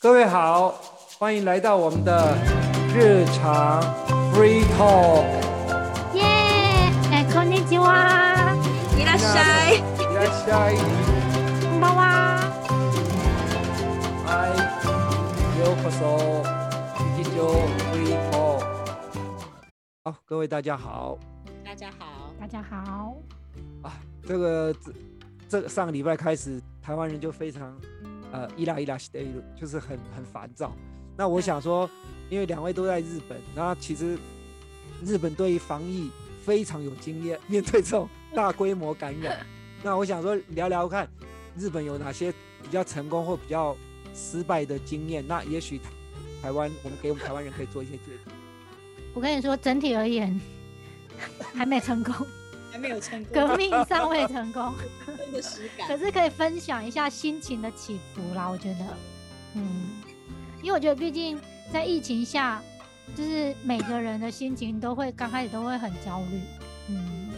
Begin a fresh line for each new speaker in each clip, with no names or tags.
各位好，欢迎来到我们的日常 free talk。
耶，哎，こんにちは，
伊拉塞，
いらっしゃい。
こんばんは。
嗨，ようこそ。一九 free talk。好，各位大家好
大家好，
大家好，
啊！这个这这个上个礼拜开始，台湾人就非常呃伊拉伊拉西德，就是很很烦躁。那我想说，因为两位都在日本，那其实日本对于防疫非常有经验，面对这种大规模感染，那我想说聊聊看，日本有哪些比较成功或比较失败的经验？那也许台台湾我们给我们台湾人可以做一些借鉴。
我跟你说，整体而 言还没成功，
还没有成功，
革命尚未成 功，
真的实
可
感，
是可以分享一下心情的起伏啦。我觉得，嗯，因为我觉得毕竟在疫情下，就是每个人的心情都会刚开始都会很焦虑，嗯。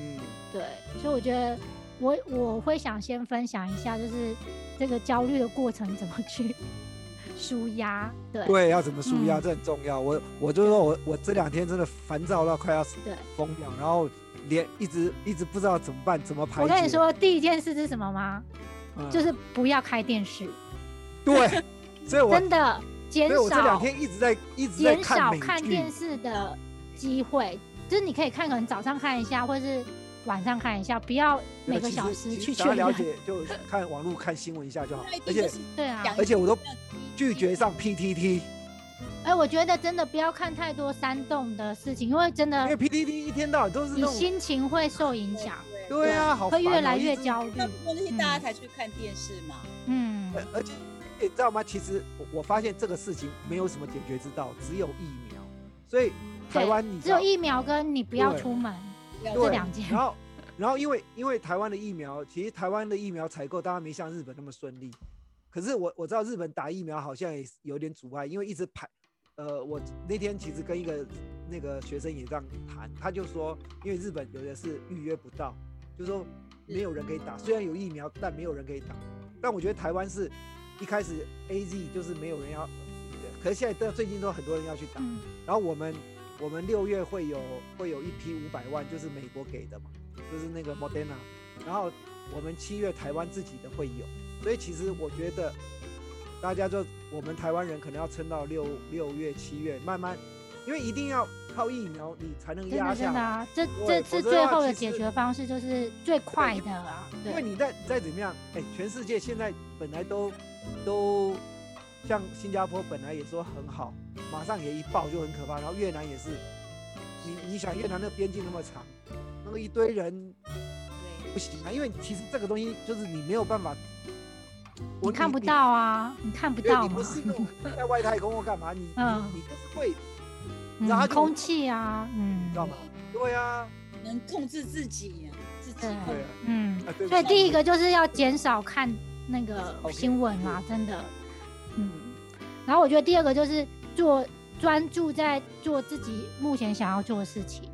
嗯，
对，所以我觉得我我会想先分享一下，就是这个焦虑的过程怎么去 舒压。对
对，要怎么舒压、
嗯
这很重要。我我就说我我这两天真的烦躁到快要死
对
疯掉，然后连一直一直不知道怎么办，怎么排解。
我跟你，说，第一件事是什么吗？
嗯、
就是不要开电视，
对，所以我
真的减
所以我这两
少
天一直在一直在
减
看
少
美剧，
看电视的机会，就是你可以看，可能早上看一下，或是晚上看一下，不要
对
每个
其
小
实
时
其实
去
想要
确
了解
认。
就 看网络看新闻一下就好
那一，
而
定就
且
是
对啊，
讲
而且我都拒绝上 PTT，
哎，我觉得真的不要看太多煽动的事情，因为真
因
的
为 PTT 一天到晚都是
嗯你
那种
心情会受影响。
对啊，好烦
会越
哦
来
一
越
直
焦虑。
那不过那些大家才去看电视嘛，
嗯，
呃而而且你知道吗？其实我我发现这个事情没有什么解决之道，只有疫苗。所以台湾你知
只
道
有疫苗跟你不要出门
对
这
对
两件。
然后然后因为因为台湾的疫苗，其实台湾的疫苗采购当然没像日本那么顺利。可是我我知道日本打疫苗好像也是有点阻碍，因为一直排。呃，我那天其实跟一个那个学生也这样谈，他就说，因为日本有的是预约不到，就说没有人可以打，虽然有疫苗，但没有人可以打。但我觉得台湾是一开始 A Z 就是没有人要，可是现在到最近都很多人要去打。
嗯，
然后我们我们六月会有会有一批五百万，就是美国给的嘛，就是那个 Moderna。然后我们七月台湾自己的会有，所以其实我觉得大家就我们台湾人可能要撑到六六月七月，慢慢，因为一定要靠疫苗你才能
真
压
的
下
真的
来。
啊，这
对否
这次
则
最
的话
后的
其实
解决方式就是最快的啊。
因为
对，
你再再怎么样，哎，全世界现在本来都都像新加坡本来也说很好，马上也一爆就很可怕，然后越南也是，你你想越南那边境那么长，那么一堆人
对，
不行啊，因为其实这个东西就是你没有办法，我
你看不，到啊，你看不
你对
到
你不
嘛。
是那种在外太空或干嘛，你
嗯
你你就是会，你知道它
嗯，
就
空气啊，
你
嗯
知，道吗？对啊，
能控制自己呀，自己控
对
制
啊，
嗯
啊。对不起
所以第一个就是要减少看那个
OK，
新闻啦，真的，嗯。然后我觉得第二个就是做专注在做自己目前想要做的事情，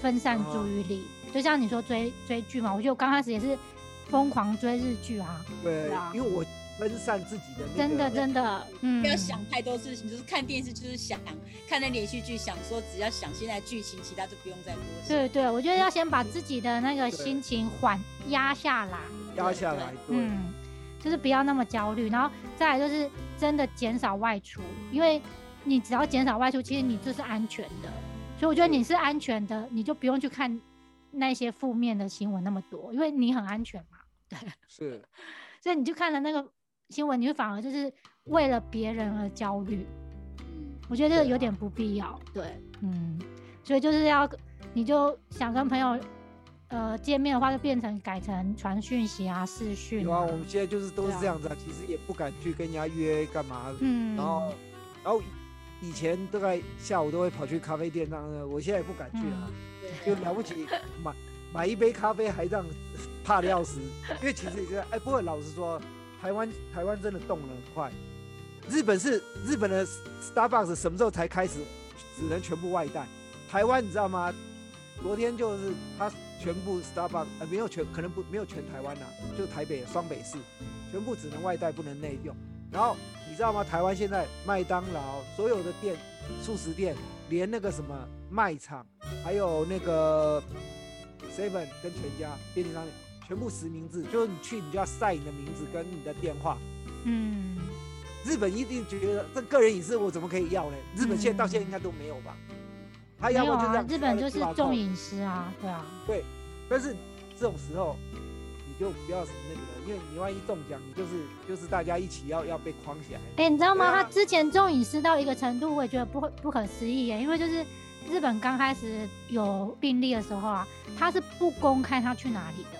分散
哦
注意力。就像你说追追剧嘛，我觉得我刚开始也是疯狂追日剧啊，
对
对啊，
因为我分散自己的那
真的
个
真的，嗯，
不要想太多事情，就是看电视，就是想看那连续剧，想说只要想现在剧情，其他就不用再多想。
对对，我觉得要先把自己的那个
对
心情缓压下来，
压下来，对。
嗯，就是不要那么焦虑，然后再来就是真的减少外出，因为你只要减少外出，其实你就是安全的。所以我觉得你是安全的，你就不用去看那些负面的新闻那么多，因为你很安全嘛。
是，
所以你就看了那个新闻，你就反而就是为了别人而焦虑。
嗯，
我觉得这个
对啊
有点不必要。对，嗯，所以就是要你就想跟朋友呃见面的话，就变成改成传讯息啊、视讯、
有啊，我们现在就是都
对
是
啊
这样子啊，其实也不敢去跟人家约干嘛，
嗯，
然后，然后以前大概下午都会跑去咖啡店让，我现在也不敢去了，就
对，
了不起买买一杯咖啡还让怕的要死，因为其实也是哎，不过老实说，台湾台湾真的动得很快，日本是日本的 Starbucks 什么时候才开始只能全部外带？台湾你知道吗？昨天就是他全部 Starbucks 呃没有全啊可能不没有全台湾啦、就台北双北市全部只能外带不能内用。然后你知道吗？台湾现在麦当劳所有的店，素食店，连那个什么卖场，还有那个 Seven 跟全家便利商店，全部实名制，就是你去你就要晒你的名字跟你的电话。
嗯，
日本一定觉得这个人隐私我怎么可以要呢？日本现在到现在应该都没有吧？他
没
要
有
么哎就这
啊
样，，
日本就是重
影。
隐私啊，对啊，
对，但是这种时候你就不要什么那个了，因为你万一中奖，你就是就是大家一起要要被框起来。
哎、你知道吗？
对啊
他之前重隐私到一个程度，我也觉得不可不可思议耶。因为就是日本刚开始有病例的时候啊，他是不公开他去哪里的，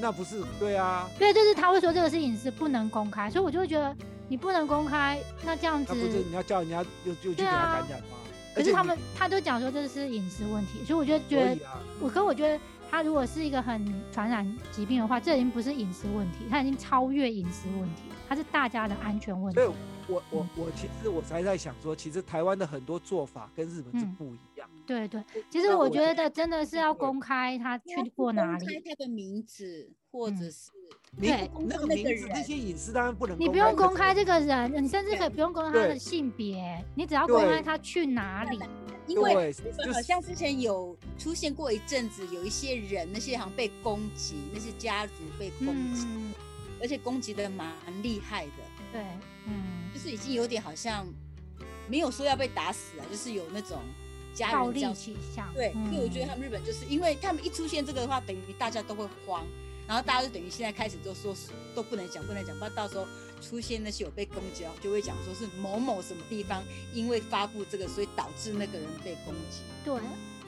那不是对啊？
对，就是他会说这个是隐私，不能公开，所以我就会觉得你不能公开，那这样
那不是
子，
你要叫人家又又去给
对啊
他感染吗？
可
而
是
且
他
你
们他都讲说这是隐私问题，所以我就觉
所
得
以啊，
我可我觉得他如果是一个很传染疾病的话，这已经不是隐私问题，他已经超越隐私问题，它是大家的安全问题
所以。我我我其实我才在想说，其实台湾的很多做法跟日本是
嗯
不一样。
对对，其实
那
我
我
觉
觉
得真的是要公开他
他
去
不
过哪
公开
里，
他的名字，或
嗯
者是
你
对
不公
那
那个
个那个
名字
人
这些隐私当然不能，
你不用公开
这
这个人，你甚至可以不用公开他的
对
性别，你只要公开
对
他去哪里。
因为
对，
日
就
本好
是
像之前有出现过一阵子，有一些人，那些好像被攻击，那些家族被攻击，
嗯，
而且攻击的蛮厉害的，
对，嗯，
就是已经有点好像没有说要被打死啊，就是有那种家
暴
人这
力
样
倾向。
对，所以我觉得
嗯
他们日本就是因为他们一出现这个的话，等于大家都会慌，然后大家就等于现在开始都说都不能讲，不能讲，不然到时候出现那些有被攻击啊，就会讲说是某某什么地方因为发布这个，所以导致那个人被攻击。
对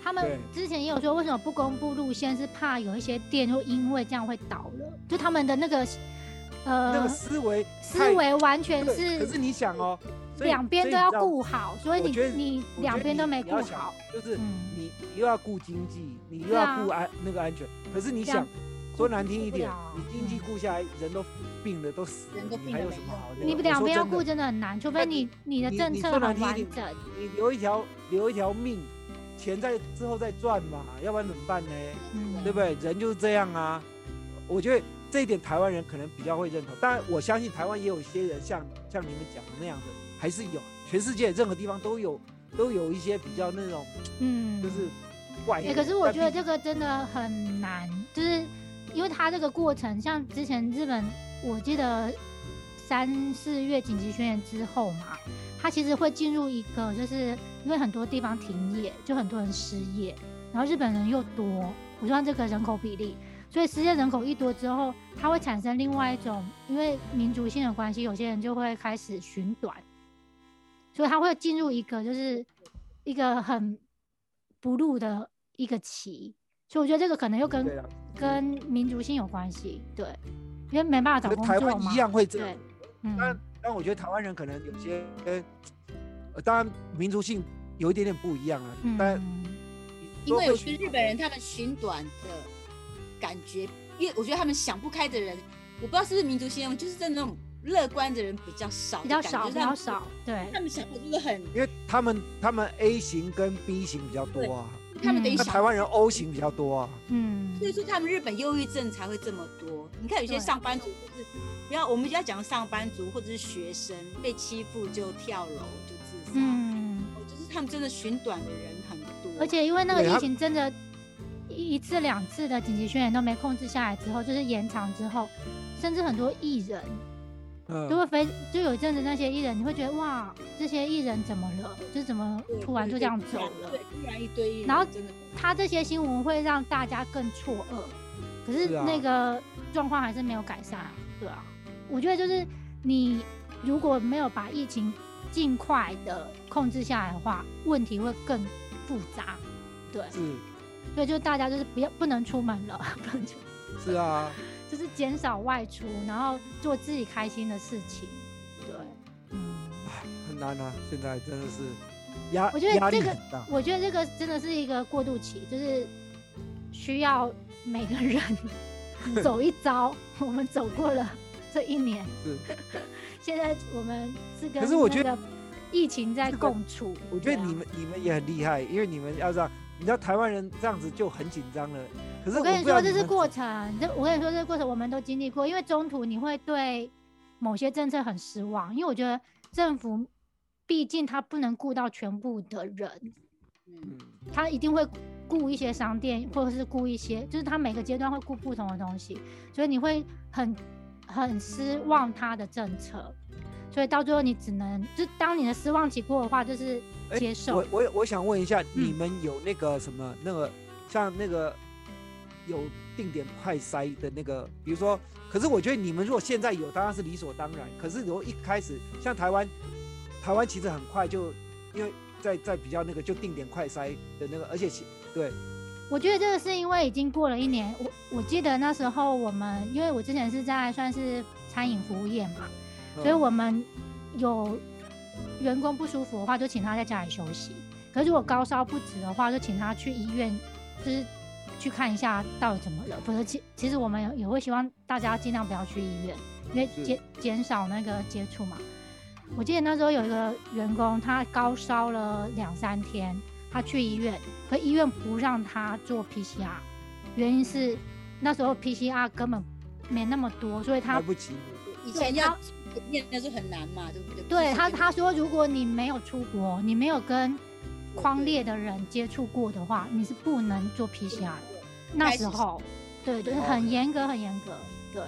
他们
对
之前也有说，为什么不公布路线，是怕有一些店就因为这样会倒了，就他们的那个
那
呃
个思维
思
太
维完全
对
是
可是你想哦，所以
两边
所以
都
你
要
知道
顾好，所以
我
你
觉得
你
我觉
两
得
边都
你
没
你
顾
要想
好，
就是
嗯
你又要顾经济，你又
对啊
要顾安、那个安全。可是你
这样
想说难听
顾
一
不
点
了，
你经济
嗯
顾下来，人都病了，都死了
人都，病
你还
了
有
没
什么
用
好那个？
你
我
们两
说
边要
真的
顾真的很难，除非
但
你你的
你
政
你
策
说难
很
听一
完
点
整。
你留一条留一条命，钱在之后再赚嘛，要不然怎么办呢？
嗯
对不对？人就是这样啊。我觉得这一点台湾人可能比较会认同，当然我相信台湾也有一些人像像你们讲的那样的，还是有，全世界任何地方都有都有一些比较那种
嗯，
就是怪
哎、
人。
可是我
但
觉得
毕
这个真的很难，就是因为它这个过程，像之前日本，我记得三四月紧急宣言之后嘛，它其实会进入一个，就是因为很多地方停业，就很多人失业，然后日本人又多，我算这个人口比例，所以失业人口一多之后，它会产生另外一种，因为民族性的关系，有些人就会开始寻短，所以它会进入一个就是一个很不入的一个期，所以我觉得这个可能又
对
跟
啊，
跟民族性有关系，对，因为没办法找
跟
工
台
作
湾
嘛
一，样会这样
对。，嗯
当然，但我觉得台湾人可能有些，呃，当然民族性有一点点不一样啊。但
嗯，
你
因
说
为
会
我觉
寻
得日
短
本人他们寻短的感觉，因为我觉得他们想不开的人，我不知道是不是民族性用，就是真的那种乐观的人比较少，
比较
就感
少，
觉
比
他
较
们
少，对，
他们想法就是很，
因为他们他们 A 型跟 B 型比较多啊，
他们等于
那
想
台湾人 O 型比较多啊。
嗯
所，以说他们日本忧郁症才会这么多。你看有些
对
上班族就是，不要我们就要讲上班族或者是学生被欺负就跳楼就自杀，
嗯。
哦就是他们真的寻短的人很多，
而且因为那个
对
疫
他
情真的一一次两次的紧急宣言都没控制下来之后，就是延长之后，甚至很多艺人
嗯
就，会非就有一阵子那些艺人，你会觉得哇，这些艺人怎么了？就怎么
对
突然就
对
这样
对
走了
对，？突然一堆艺人
然后
真的
他这些新闻会让大家更错愕，可是
是啊
那个状况还是没有改善啊，对啊。我觉得就是你如果没有把疫情尽快的控制下来的话，问题会更复杂，对。
是
对，就大家就是不要不能出门了， 不能出，
是啊，
就是减少外出，然后做自己开心的事情。对，
啊
嗯，
很难啊，现在真的是压，
我觉得
压力
这个
很大。
我觉得这个真的是一个过渡期，就是需要每个人 走一遭。我们走过了这一年，
是，
现在我们是跟
可是我觉
那
得
个疫情在
这个
共处。
我觉
对
得
啊
你们你们也很厉害，因为你们要让你知道台湾人这样子就很紧张了。可是
我跟
不
你
知道
说，这
你
是
们
过程。这我跟你说，这个过程我们都经历过，因为中途你会对某些政策很失望，因为我觉得政府毕竟他不能顾到全部的人，
嗯
嗯，
他一定会顾一些商店，或者是顾一些，就是他每个阶段会顾不同的东西，所以你会很很失望他的政策，所以到最后你只能就当你的失望期过的话，就是
哎
接受。嗯
我我有我想问一下，你们有那个什么那个像那个有定点快筛的那个，比如说，可是我觉得你们如果现在有，当然是理所当然。可是如果一开始像台湾，台湾其实很快就因为在在比较那个就定点快筛的那个，而且其对
我觉得这个是因为已经过了一年，我我记得那时候我们，因为我之前是在算是餐饮服务业嘛，
嗯
所以我们有员工不舒服的话，就请他在家里休息；可是如果高烧不止的话，就请他去医院，就是去看一下到底怎么了。否则其其实我们也也会希望大家尽量不要去医院，因为
是
减减少那个接触嘛。我记得那时候有一个员工，他高烧了两三天，他去医院，可医院不让他做 PCR，原因是那时候 PCR 根本没那么多，所以他
来不及。
以
对
前
他
要验那是很难嘛，对不对？
对他，
不是
他说如果你没有出国，你没有跟
对
框
对
列的人接触过的话，你是不能做 PCR 的。那
开始
时
是
候，对对，
哦
很严格，很严格。对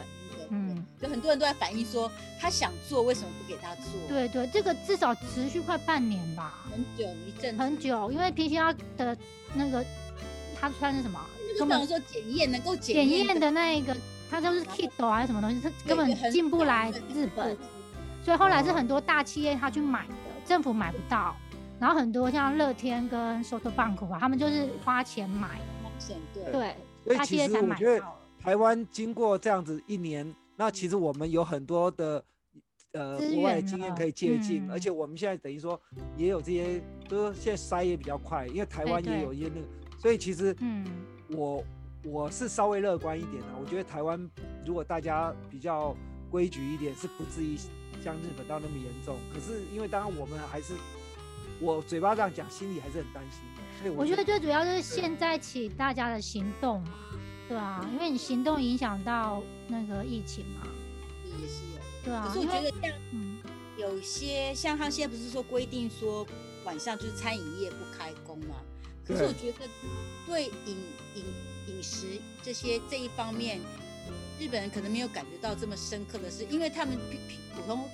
嗯
嗯，就很多人都在反映说，他想做为什么不给他做？，
对对，这个至少持续快半年吧，
很久一阵子。
很久，因为 PCR 的那个，它算是什么啊？
就
根
像
本
说检验能够检
检验
的
的那一个，它就是 kit 还是什么东西，它根
对
本
很
进不
少
来
对
日本。所以后来是
哦
很多大企业他去买的，政府买不到。然后很多像乐天跟 Soto Bank 啊，他们就是花钱买，
对
对，
所以
大
其
企业
实
才
我
买
觉得
到。
台湾经过这样子一年，那其实我们有很多的呃
资
国外的
源
经验
了
可以借鉴，
嗯
而且我们现在等于说也有这些，就是现在筛也比较快，因为台
对
湾也
对
有一些那个，所以其实
嗯，
我我是稍微乐观一点的、啊我觉得台湾如果大家比较规矩一点，是不至于像日本到那么严重。可是因为当然我们还是我嘴巴这样讲，心里还是很担心的，所以
我
我
觉得最主要就是现在起大家的行动嘛，对啊，因为你行动影响到那个疫情嘛，
也是有。
对啊
可，是我
因
觉
为
得像
嗯，
有些像他现在不是说规定说晚上就是餐饮业不开工嘛？可是
对
我觉得对饮饮饮食这些这一方面，日本人可能没有感觉到这么深刻的是，因为他们普普普通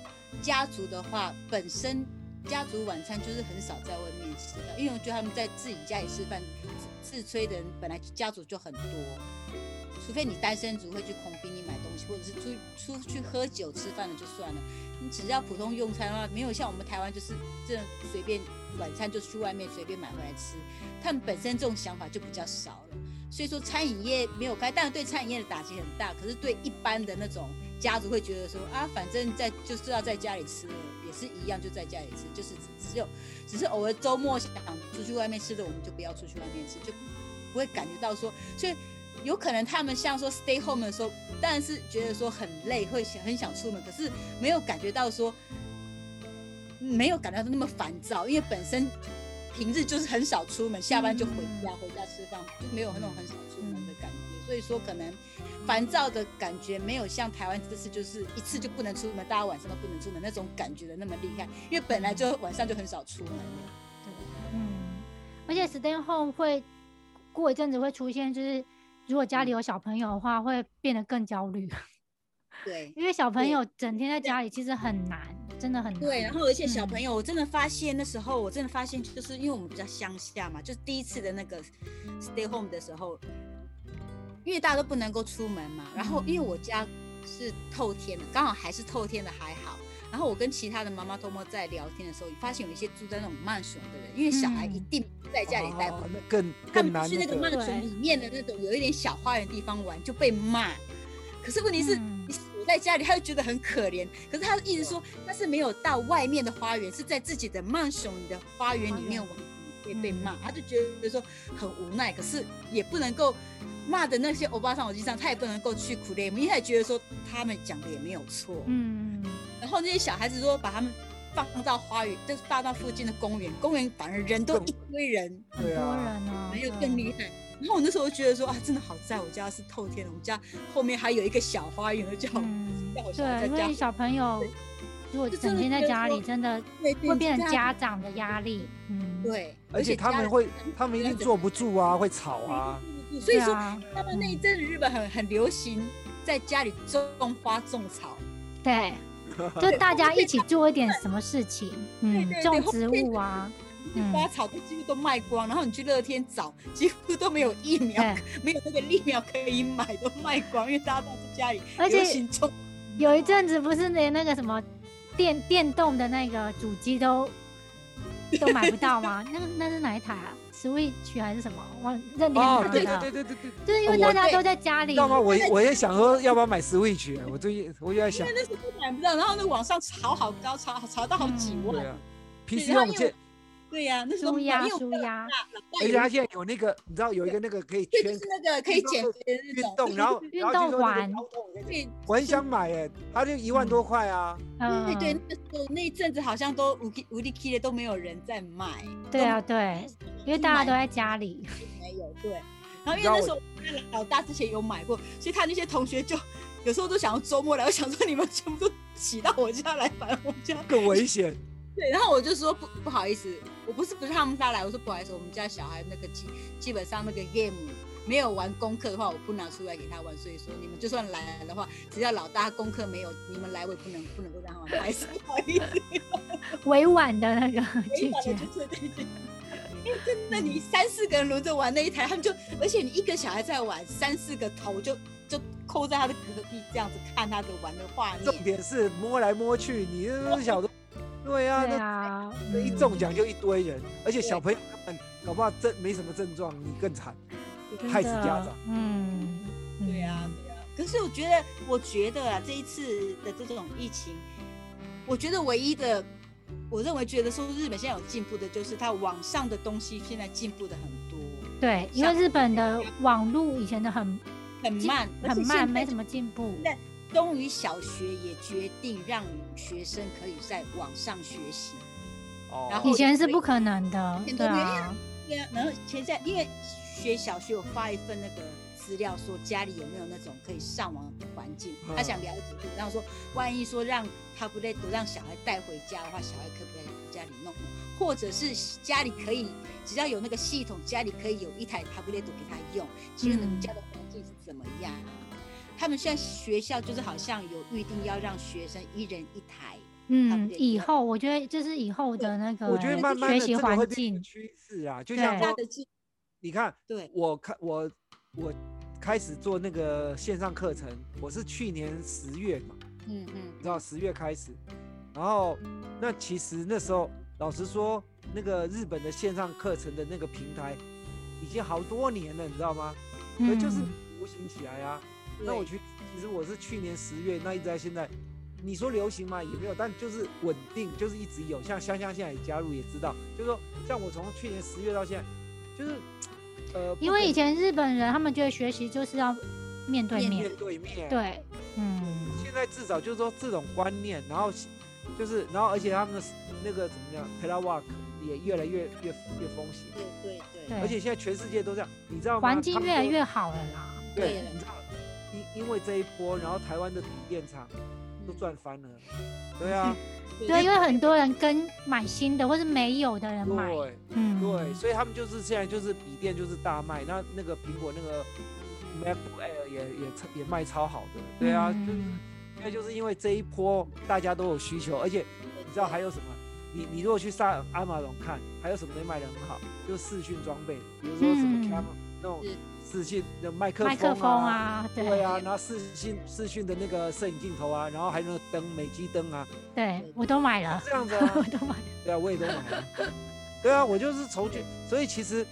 家族的话，本身家族晚餐就是很少在外面吃的，因为我觉得他们在自己家里吃饭，自自炊的人本来家族就很多。除非你单身族会去空逼你买东西，或者是出出去喝酒吃饭了就算了，你只要普通用餐的话，没有像我们台湾就是这样随便晚餐就去外面随便买回来吃，他们本身这种想法就比较少了。所以说餐饮业没有开，当然对餐饮业的打击很大，可是对一般的那种家族会觉得说啊，反正在就是要在家里吃了，也是一样就在家里吃，就是只只有只是偶尔周末想出去外面吃的，我们就不要出去外面吃，就不会感觉到说，所以有可能他们像说 stay home 的时候，当然是觉得说很累，会想很想出门，可是没有感觉到说没有感到那么烦躁，因为本身平日就是很少出门，下班就回家，回家吃饭，就没有那种很少出门的感觉，所以说可能烦躁的感觉没有像台湾这次就是一次就不能出门，大家晚上都不能出门那种感觉的那么厉害，因为本来就晚上就很少出门了。
嗯，而且 stay home 会过一阵子会出现，就是如果
嗯
家里有小朋友的话，会变得更焦虑，
对，
因为小朋
对
友整天在家里其实很难，真的很难。
对，然后而且小
嗯
朋友，我真的发现那时候，我真的发现，就是因为我们比较乡下嘛，就是第一次的那个 stay home 的时候，因为大家都不能够出门嘛，然后因为我家是透天的，刚好还是透天的还好。然后我跟其他的妈妈托摸在聊天的时候，发现有一些住在那种慢熊的人，因为小孩一
嗯
定在家里待不
哦
了，
那更
他
更
们
难
去那个
个
曼
对
城里面的那种有一点小花园地方玩，就被骂。可是问题是，
嗯
你锁在家里，他就觉得很可怜。可是他一直说，那是没有到外面的花园，是在自己的曼雄的花园里面玩，会被骂。他就觉得说很无奈，可是也不能够骂的那些欧巴桑、欧吉桑，他也不能够去苦练，因为他也觉得说他们讲的也没有错。
嗯，
然后那些小孩子说把他们放到花园，就是放到附近的公园，公园反而人都
更
一堆人。
很
对
多
啊
人哦，
还有
对
更厉害，然后我那时候就觉得说啊，真的好在我家是透天的，我们家后面还有一个小花园，我就好
嗯
让我，小
对，
孩在
因
家
为小朋友如果
就
整
真的
天在
觉得
家
说
里，真的
对
会变成
这样
家长的压力。嗯，
对，
而且他
家
们
人
会，他们一定坐不住啊，会吵 啊。
所以
对
说
啊
他们那一阵子日本很很流行在家里种花种草，
对， 就大家一起做一点什么事情，嗯
对，对
种
后
植
面
物啊，
那
嗯
些花草都几乎都卖光，然后你去乐天找，几乎都没有疫苗，
对。
没有那个疫苗可以买，都卖光，因为大家都在家里
而且
流行种。
有一阵子不是连那个什么电电动的那个主机 都都买不到吗？那个那是哪一台啊？Switch 还是什么？忘任天堂
哦
的、，
对对对对对对，
就是
哦
因为
我
大家都在家
你
里
知，道吗？我我也想说，要不要买 Switch？我最近我就在想
因为，那时候买不到，然后那网上炒好高，炒炒到好几
对
万。
啊，PC
然
用
后因为
键，
对呀、那时候
舒
买因
压
为我
舒
爸
压，
爸
而且
有
它现在有那个，你知道有一个那个可以
对，就
圈
是那个可以减肥的那
运
种
动，然后
运
然后听说那
动
个腰
环
痛的
对
我很想买哎，它就一万多块啊。
对
嗯，
对，那个时候那一阵子好像都无无力 K 的都没有人在卖，
对啊对，因为大家都在家里，
没有对。然后因为那时候我家老大之前有买过，所以他那些同学就 有时候都想要周末来，我想说你们全部都挤到我家来，反正我家
更危险，
对，然后我就说不不好意思，我不是不是他们家来，我说不好意思，我们家小孩那个基基本上那个 game 没有玩功课的话，我不拿出来给他玩，所以说你们就算来的话，只要老大功课没有，你们来我也不能不能够让他玩，还是不好意思，
委婉的那个
没
拒
玩
绝
了，就是 这一句。因为真的，你三四个人轮着玩那一台，他们就，而且你一个小孩在玩，三四个头就就扣在他的隔壁，这样子看他的玩的画面。
重点是摸来摸去，你这小的，对啊，
对
那
啊，
这一
嗯
中奖就一堆人，而且
对
小朋友根本搞不好症没什么症状，你更惨，
真
害死
的
家长。啊
嗯，嗯
对呀、对呀、可是我觉得，我觉得啊，这一次的这种疫情，我觉得唯一的，我认为觉得说日本现在有进步的，就是它网上的东西现在进步的很多，
对，因为
像
日本的网络以前的很
很
进
慢，
很慢，没什
么。
么进步，
终于小学也决定让学生可以在网上学习，
哦
然后
以前是不可能的，
以前
对
都没有
啊，
对啊。然后现在因为学小学有发一份那个资料，说家里有没有那种可以上网的环境，
嗯
他想了解，然后说万一说让他不累，让小孩带回家的话，小孩可不可以在家里弄？或者是家里可以，只要有那个系统，家里可以有一台 tablet 给他用，其实你们
嗯
家的环境是怎么样？他们现在学校就是好像有预定要让学生一人一台，
嗯，
对
以
对
后我觉得这是以后的那个
我觉得慢慢
学
的
习
这个会
环
变
境
成，趋势啊，就
对
像
大
说
的，进
你看
对
我开我我开始做那个线上课程，我是去年十月嘛，
嗯嗯
你知道十月开始，然后那其实那时候老实说，那个日本的线上课程的那个平台已经好多年了，你知道吗？可
嗯，
就是流行起来啊。那我
对
去，其实我是去年十月那一直在现在，你说流行嘛也没有，但就是稳定，就是一直有。像香香现在也加入，也知道，就是说像我从去年十月到现在，就是呃，不
因为
可
以前日本人他们觉得学习就是要面对
面
面
面，对面，
对，嗯，
现在至少就是说这种观念，然后就是然后而且他们的那个怎么样 t e l e work 也越来越越越风行，
对对对
对
而且现在全世界都这样，你知道吗？
环境
他们
越来
说
越好了啦，
对
对了，
你知道，因因为这一波，然后台湾的笔电厂都赚翻了，对啊，
对，因为很多人跟买新的或是没有的人买，
对
嗯，
对，所以他们就是现在就是笔电就是大卖，那那个苹果那个 MacBook Air 也也超也卖超好的，对啊，就是
嗯
现在就是因为这一波大家都有需求，而且你知道还有什么？你你如果去上阿玛龙看，还有什么东西卖的很好？就是视讯装备，比如说什么
嗯
camera、那种
是
视讯的麦克
麦克风
啊
啊，
对
对
啊，然后视讯视讯的那个摄影镜头啊，然后还有那个灯，美肌灯啊，
对，我都买了，
这样子
我
啊，
都买了，
对啊，我也都买 了。对啊，我就是从去，所以其实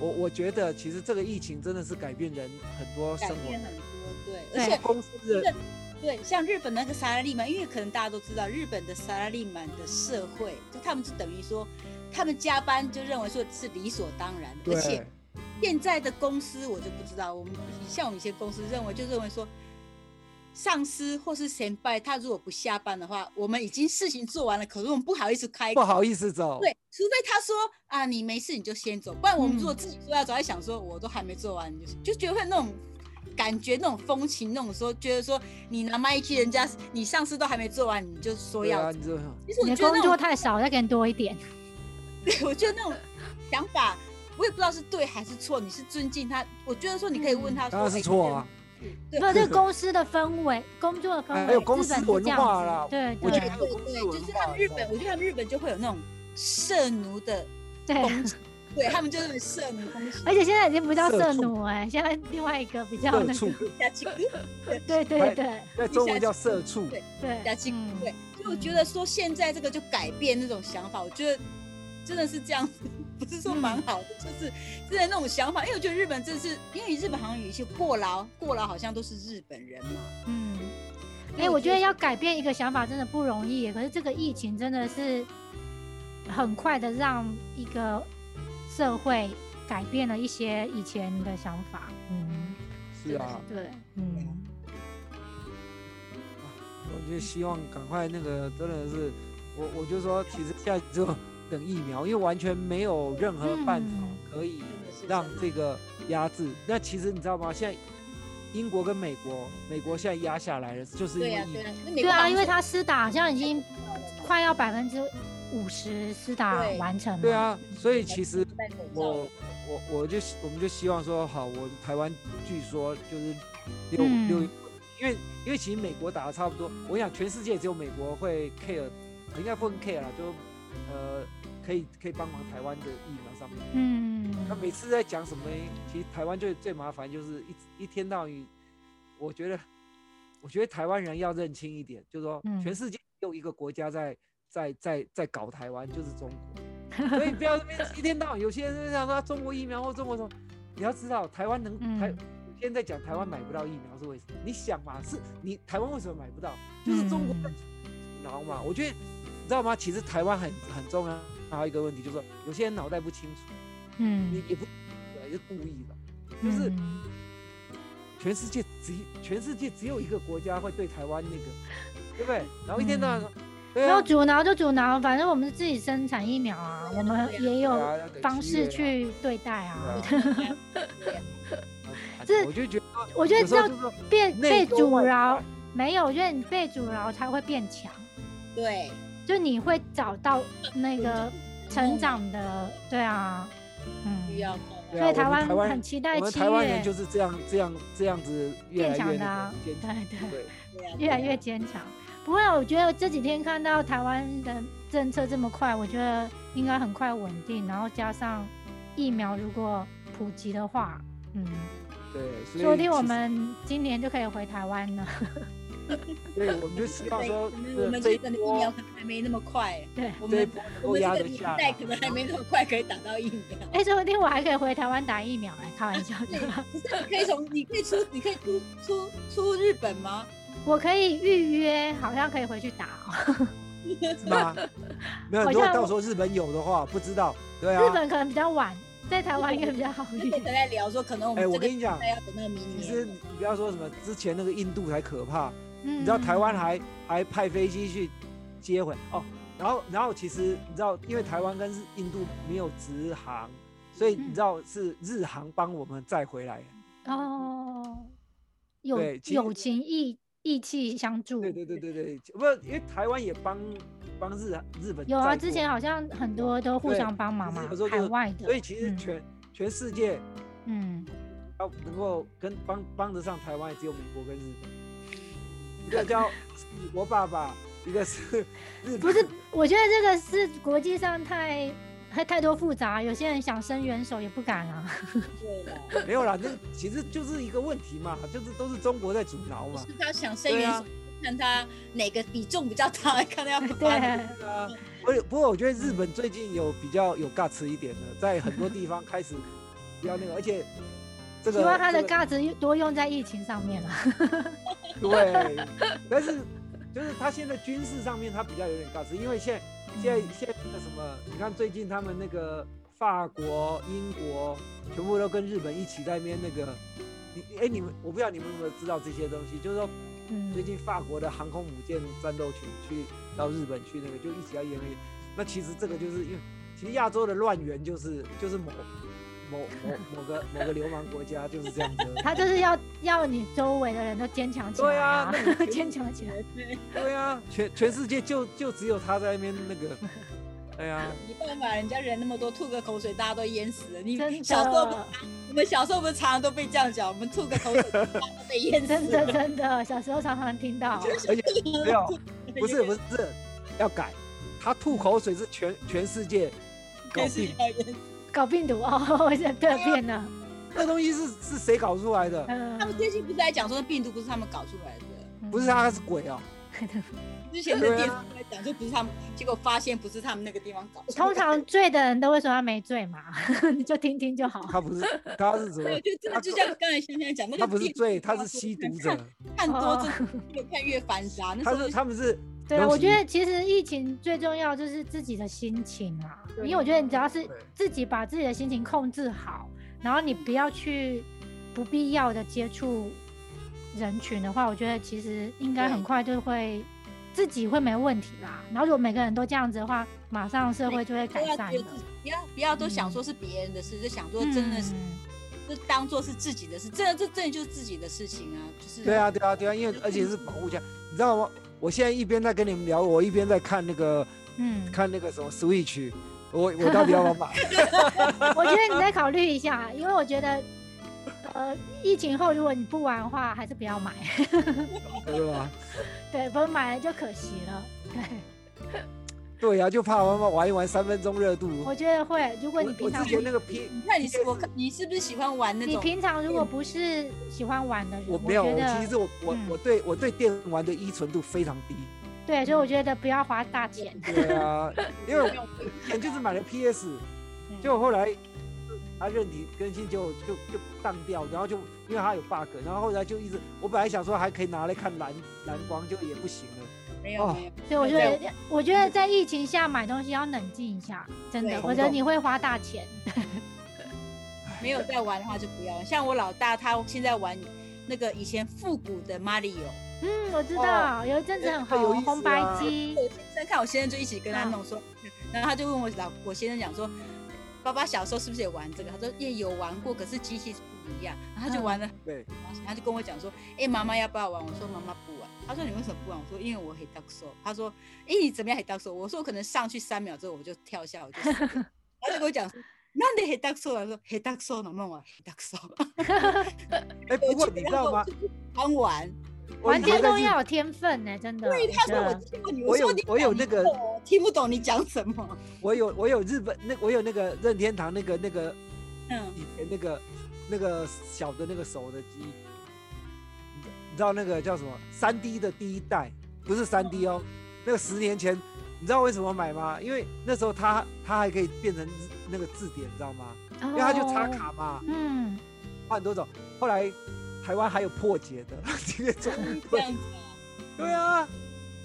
我我觉得，其实这个疫情真的是改变人很多生
改
活
变，很多，对，
对
而且
公司人
对，像日本那个萨拉利曼，因为可能大家都知道，日本的萨拉利曼的社会，就他们就等于说，他们加班就认为说是理所当然的，而且
对
现在的公司我就不知道，我们像我们以前公司认为就认为说，上司或是前辈他如果不下班的话，我们已经事情做完了，可是我们不好意思开
不
口。
好意思走，
对，除非他说啊，你没事你就先走，不然我们
嗯
如果自己说要走，还想说我都还没做完，你就就觉得会那种感觉，那种风情，那种说觉得说你拿麦去人家，你上司都还没做完，你就说
对啊，
要走。
你这
其实我
你的
觉得
工
那
作
种，
太少，再给你多一点。
对我觉得那种想法，我也不知道是对还是错，你是尊敬他，我觉得说你可以问他说，
当然
哎
是错啊。。
对
没有，这个公司的氛围，工作的氛围，
哎还有公司
日本是
文
这样
化
子
啦
对
我
对
觉得
对对
还有公司
对，
文
就是
化
他们日
你知道
本，
吗
我觉得他们日本就会有那种社奴的，
对，
对他们就是社奴风情。
哎
而且现在已经不叫
社
社
畜
奴哎、现在另外一个比较
社
那
畜哎
个，
下去
对对
还
对
在中文叫社畜，
对
对，
加进
嗯
对，所以我觉得说现在这个就改变那种想法，我觉得真的是这样子， 不是说蛮好的，就是真的那种想法，因为我觉得日本真的是，因为日本好像有一些过劳，过劳好像都是日本人嘛。
嗯，哎、
所以
我觉得要改变一个想法真的不容易耶，可是这个疫情真的是很快的让一个社会改变了一些以前的想法。嗯，
是啊，
对，
嗯
我就希望赶快那个，真的是，我我就说，其实现在只有等疫苗，因为完全没有任何办法
嗯
可以
真的是
让这个压制。那其实你知道吗？现在英国跟美国，美国现在压下来了，就是因
对呀、
为疫
对呀、
苗。
那美
对
国好
啊，
像
因为
是
他施打好像已经快要百分之五十施打
对
完成了。
对，啊，所以其实
戴口罩
我我我就我们就希望说，好，我们台湾据说就是六
嗯
六，因为因为其实美国打的差不多，我想全世界只有美国会 care，应该不能 care 啦，就呃可以可以帮忙台湾的疫苗上面。
嗯，
那每次在讲什么，其实台湾最最麻烦就是一一天到晚，我觉得我觉得台湾人要认清一点，就是说
嗯
全世界只有一个国家在在在在搞台湾，就是中 国。所以不要这边一天到晚，有些人在想说啊中国疫苗或中国什么，你要知道台湾能、台，
嗯
有些人在讲台湾买不到疫苗是为什么？你想嘛，是你台湾为什么买不到？就是中国在
嗯
挠嘛。我觉得你知道吗？其实台湾很很重要，还有一个问题就是说有些人脑袋不清楚，你
嗯，
也不也是故意的。就是
嗯
全世界只全世界只有一个国家会对台湾那个，对不对？然后一天到晚说，对
没
啊
有，阻挠嗯就阻挠，反正我们是自己生产疫苗啊，我们也
对
有
啊要等
方
七
式
月啊
去对待 啊。
对啊
对呀
这
我就觉得，
我觉得
有时
只
候
要
就是说
被被
内忧
阻
外
挠
患，
没有，我觉得你被阻挠才会变强，
对
就你会找到那个成
嗯
长的，对啊，
需
嗯，
要的
对啊
所以
我们
湾
台湾
很期待
我们
七
台湾人
月
就是这样这样这样子越
变
来
强
越
的
那
啊
个，坚强，
对 对。
对，
对呀、对呀
越来越坚强。不会啊，我觉得这几天看到台湾的政策这么快，我觉得应该很快稳定，然后加上疫苗如果普及的话，嗯，
对，所以
说不定我
其实
们今年就可以回台湾了。
对，我们就希望
对
说
我们
这
我们
这
日
一
本的疫
波
苗可能还没那么快，
对，
我
这一
们
波能
我
够
们
压
这个
得
年
下
代
来
可能还没那么快可以打到疫苗。
哎、说不定我还可以回台湾打疫苗哎、开玩笑的。
可是你可以从你可以出你可以出出出日本吗？
我可以预约，好像可以回去打、哦。
是 吗？没有，
好
如果
像
到
我
时候日本有的话，不知道，对
日
啊。
本可能比较晚，在台湾应该比较好
日
预
本
约。
在聊说，可能我
哎，
们
我
这个
跟你讲
大，要等到明
其实
年
你。你不要说什么之前那个印度才可怕，
嗯
你知道台湾还还派飞机去接回哦，然后然后其实你知道，因为台湾跟日印度没有直航，所
嗯
以你知道是日航帮我们载回来。
哦，友
对其实
友情义义气相助。
对对对对对，不，因为台湾也帮帮日日本
有啊，
载过
之前好像很多都互
对
相帮忙
就是
嘛
有时候，就
海
是
外的。
所以其实
嗯
全、全世界
嗯，
要能够啊跟帮帮得上台湾，只有美国跟日 本。一个叫美国爸爸，一个是日本
不是，我觉得这个是国际上太太太多复杂，有些人想伸援手也不敢啊。
对了，
没有啦，那其实就是一个问题嘛，就是都是中国在阻挠
不
嘛。
是他想伸
对
援
啊
手，看他哪个比重比较大，看他 要
对
发。
对啊，我也不过我觉得日本最近有比较有 guts 一点的，在很多地方开始比较那个，而且这个
希望他的
这个
嘎子多用在疫情上面啊。
对，但是就是他现在军事上面他比较有点 guts，因为现在现在现在那个什么，你看最近他们那个法国、英国全部都跟日本一起在那边那个，你哎你们我不知道你们有没有知道这些东西，就是说
嗯
最近法国的航空母舰战斗群去到日本去那个，就一直要演练。那其实这个就是因为，其实亚洲的乱源就是就是某某某某个某个流氓国家就是这样子。
他就是要要你周围的人都坚强起来、
对啊那你觉得
坚强起来。
对啊，全全世界就就只有他在那边那 个。对啊，
没办法，人家人那么多，吐个口水大家都淹死了。你
真的
小时候不，我们小时候不是常常都被这样讲，我们吐个 口水大家都被淹死
真
了。
的真的，小时候常常听到，
而且没有， 不是 不是，要改。他吐口水是全全世界搞
全世
定
界，要淹死。
搞病毒哦，我想
啊
得变了，
那东西是是谁搞出来 的？
他们
嗯，
最近不是在讲说病毒不是他们搞出来的，
不是他，他是鬼哦。
之前的
对啊
电视在讲说不是他们，结果发现不是他们那个地方搞出来
通
的。
常醉的人都会说他没醉嘛， 你就听听就好。
他不是，他是 怎么？
对，就真的就像刚才香香讲，那个
他不是
病毒
醉，
搞
他
出来
是吸毒者
看。看多
哦
真的越看越繁杂。那
他
时候
是
就
他们是
对啊，
尤
我觉
其
得其实疫情最重要就是自己的心情啦，
对
因为我觉得你只要是
对
自己把自己的心情控制好，然后你不要去不必要的接触人群的话，我觉得其实应该
对
很快就会自己会没问题啦。然后如果每个人都这样子的话，马上社会就会
都
改
要
善
啊觉得
的
自。己不要不要都想
嗯
说是别人的事，就想说真的是
嗯
就当做是自己的事，真的这真的就是自己的事情啊，就是
对啊，对啊对啊，因为而且是保护家，你知道吗？我现在一边在跟你们聊，我一边在看那个
嗯，
看那个什么 Switch，我我到底要不要 买？
嗯 我觉得你再考虑一下，因为我觉得。呃，疫情后如果你不玩的话，还是不要买。
对吧？
对，不然买了就可惜了。对，
对呀、就怕玩玩玩一玩三分钟热度。
我觉得会。如果
我
你平
我
常
之前那个 P，
你看你是我看你是不是喜欢玩那
你
种？
平常如果不是喜欢玩的人，
嗯我
我
没有，
觉得
我其实我我
嗯
我对我对电玩的依存度非常低。
对，所以我觉得不要花大钱。
对啊，因 为我
嗯
以 前就是买了 PS，就后来它韧体更新就就就当掉，然后就因为它有 bug，然后后来就一直，我本来想说还可以拿来看蓝蓝光，就也不行了。
没有
哦
没有，
所以我觉
对
得，我觉得在疫情下买东西要冷静一下，真
对
的，否则你会花大钱。
没有在玩的话就不要。像我老大他现在玩那个以前复古的马里奥，
嗯，我知道，有一阵子
这
很
个哦哎有意思
红红白
啊
机，
我先生看我先生就一起跟
嗯
他弄说，然后他就问我老我先生讲说，爸爸小时候是不是也玩这个？他说也有玩过，可是机器是不一样。然后
嗯
他就玩了
对，
他就跟我讲说，哎、妈妈要不要玩？我说妈妈不玩。他说你为什么不玩？我说因为我很到手。他说，哎、你怎么样很到手？我说我可能上去三秒之后我就跳 下，我就死了。他就跟我讲说，那你很到手啊了，我说很到手能不能玩？很到手。
哎， 不过你知道吗？？
刚玩，
我以
玩
前
电
在
动
日
要有天分呢，真的。
对，他说我
真的
听过你，
我有
说你
啊我有
讲
那个
你不懂我听不懂你讲什么。
我有我有日本那我有那个任天堂那个那个
嗯，
以前那个那个小的那个手的机，你知道那个叫什么？三 D 的第一代，不是三 D 哦，那个十年前，你知道为什么买吗？因为那时候它它还可以变成日那个字典，你知道吗？因为它就插。
哦
卡嘛，
嗯，
有很多种。后来台湾还有破解的， 直接中文
这
对
样子啊。
对啊。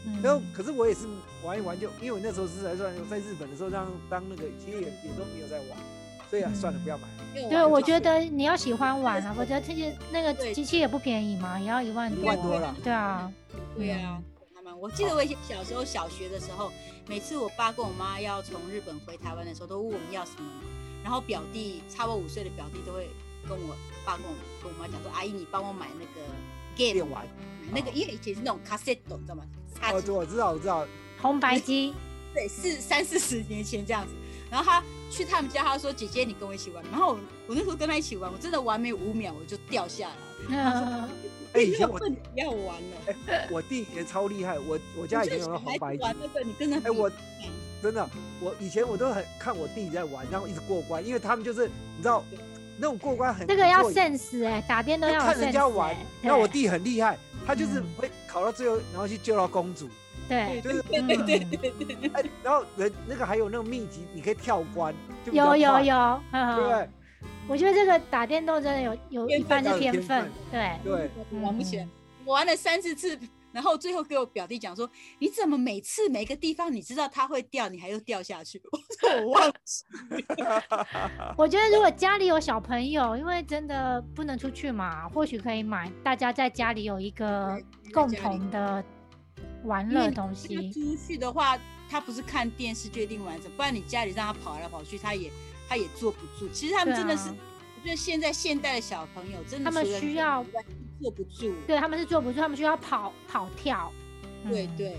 嗯
然后可是我也是玩一玩就，因为我那时候是在算在日本的时候当当那个，其实也也都没有在玩，所以啊
嗯
算了，不要买了，
因为玩
对，我觉
就
得你要喜欢玩 啊，否则这些那个
对
机器也不便宜嘛，也要一万
一
多。
万多了。
对啊，
对啊，妈妈，我记得我以前小时候小学的时候，每次我爸跟我妈要从日本回台湾的时候，都问我们要什么嘛。然后表弟差不多五岁的表弟都会跟我爸跟我跟我妈讲说：“阿姨，你帮我买那个 game
电玩，
买那个，因为以前是那种 cassette，你知道吗？插
哦，
进去
我知道，我知 道，
红白机。
对，四三四十年前这样子。然后他去他们家，他说：“姐姐，你跟我一起玩。”然后我我那时候跟他一起玩，我真的玩没五秒我就掉下 来了。
嗯，
哎，以前
我
我
问你不要玩了，
我弟以前超厉害，我我家以前有那
小
红
孩
白
子
机，
玩那个，你真的
哎，
比
我真的，我以前我都很看我弟在玩，然后一直过关，因为他们就是你知道那种过关很
这个要
过瘾
sense 哎、打电动
就
要有 sense、欸。
看人家玩，
对
那我弟很厉害，他就是
嗯
会考到最后，然后去救到公主，
对，
就是
对对对对对对，
哎，然后人那个还有那个秘籍，你可以跳关，就比较
嗯有有
快，
有，
对不
嗯，
对？
我觉得这个打电动真的有有
天
一
分
般
要
是
有
天
天
分
分，
对，嗯
对，
玩不起来。我玩了三四次然后最后给我表弟讲说，你怎么每次每个地方你知道它会掉，你还又掉下去？ 我说我忘记。
我觉得如果家里有小朋友，因为真的不能出去嘛，或许可以买，大家在家里有一个
对
共
在家里
同的玩
因为
乐
你
东
要
西。
出去的话，他不是看电视决定完成，不然你家里让他跑来跑去，他也他也坐不住。其实他们
对
真的是，
啊
我觉得现在现代的小朋友真
他
的
们
除了
需
你
要
以外坐不住。
对，他们是坐不住，他们需要跑跑跳。
对
嗯，
对，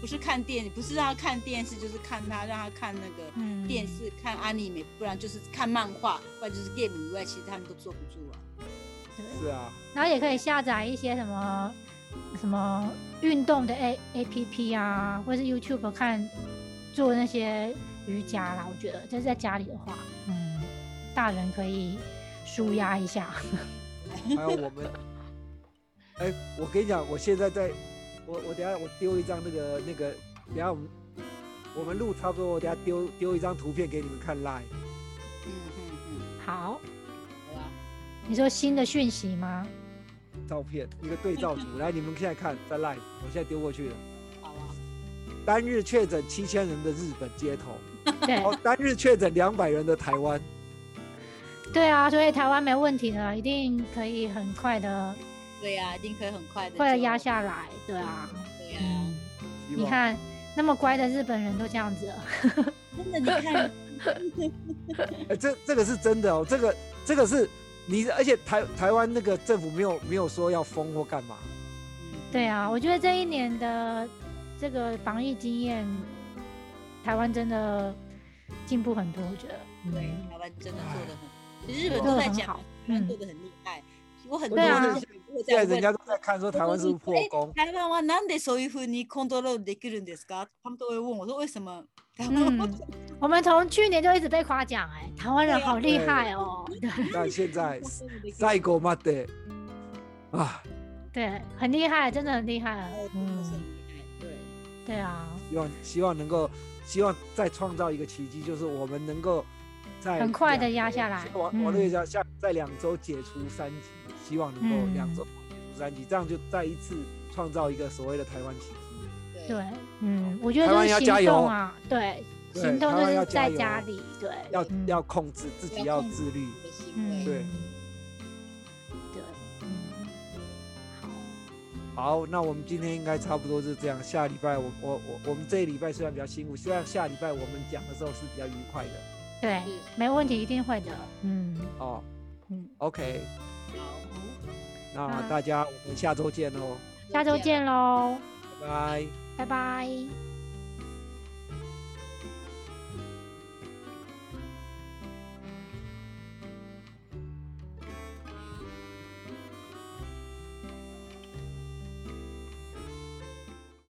不是看电，不是让他看电视，就是看他让他看那个
嗯，
电视、看 anime，不然就是看漫画，不然就是 game 以外，其实他们都坐不住啊。
对
是啊，
然后也可以下载一些什么什么运动的 A A P P 啊，或是 YouTube 看做那些瑜伽啦。我觉得这是在家里的话，嗯，大人可以舒压 一下。
还有我们，哎，我跟你讲，我现在在，我我等下我丢一张那个那个，等下我们我们录差不多，我等下丢丢一张图片给你们看 live。
嗯嗯嗯，
好，
好啊。
你说新的讯 息吗？
照片，一个对照组。来，你们现在看，在 live，我现在丢过去了。
好啊，
单日确诊七千人的日本街头，
对
哦，单日确诊两百人的台湾，
对啊，所以台湾没问题了，一定可以很快的
对呀、啊，一定可以很快的
快的压。下来。对啊，
对呀、啊，
嗯，
希
你
望
看那么乖的日本人都这样子了。
真的，你看，
哎，这这个是真的哦，这个这个是你，而且台台湾那个政府没有没有说要封或干嘛，
对啊，我觉得这一年的这个防疫经验，台湾真的进步很多。我觉得，
对，
嗯
台湾真的做的很，日本
做
都
得
在
很
讲
好，
台湾
嗯
做的很厉害。我很多
对啊
人我
现在
在
人
问
家都在看说台湾是不是破功，
台湾はなんでそういうふうにコントロールできるんですか？他们都会问我说为什么？台湾
嗯我们从去年就一直被夸奖，哎，台湾人好
啊
厉害哦， 对
但现 在赛狗妈的啊，
对，很厉害，真的很厉害，嗯，
对，
对啊，
希望希望能够希望再创造一个奇迹，就是我们能够在
很快地
两
压
周
下来
网
嗯
网络下下在两周解除三级，希望能够
嗯
两周解除三级，这样就再一次创造一个所谓的台湾奇迹。
对，嗯，我觉得
台湾
就是
要加
行
油
动啊，对，
对
行动
台
就
湾
是
要加
在
油啊
家里，对，
要
嗯
要控制自己，
要
要
控制
自律。
的行
嗯，
为。
对
对，嗯，好，
好，那我们今天应该差不多是这样。下礼拜我我我我们这一礼拜虽然比较辛苦，希望下礼拜我们讲的时候是比较愉快的
对，没问题，一定会的，嗯
哦。
嗯。
OK，
好，
那
那
大家我们下周见喽，哦
下周见喽，
拜拜。
拜拜。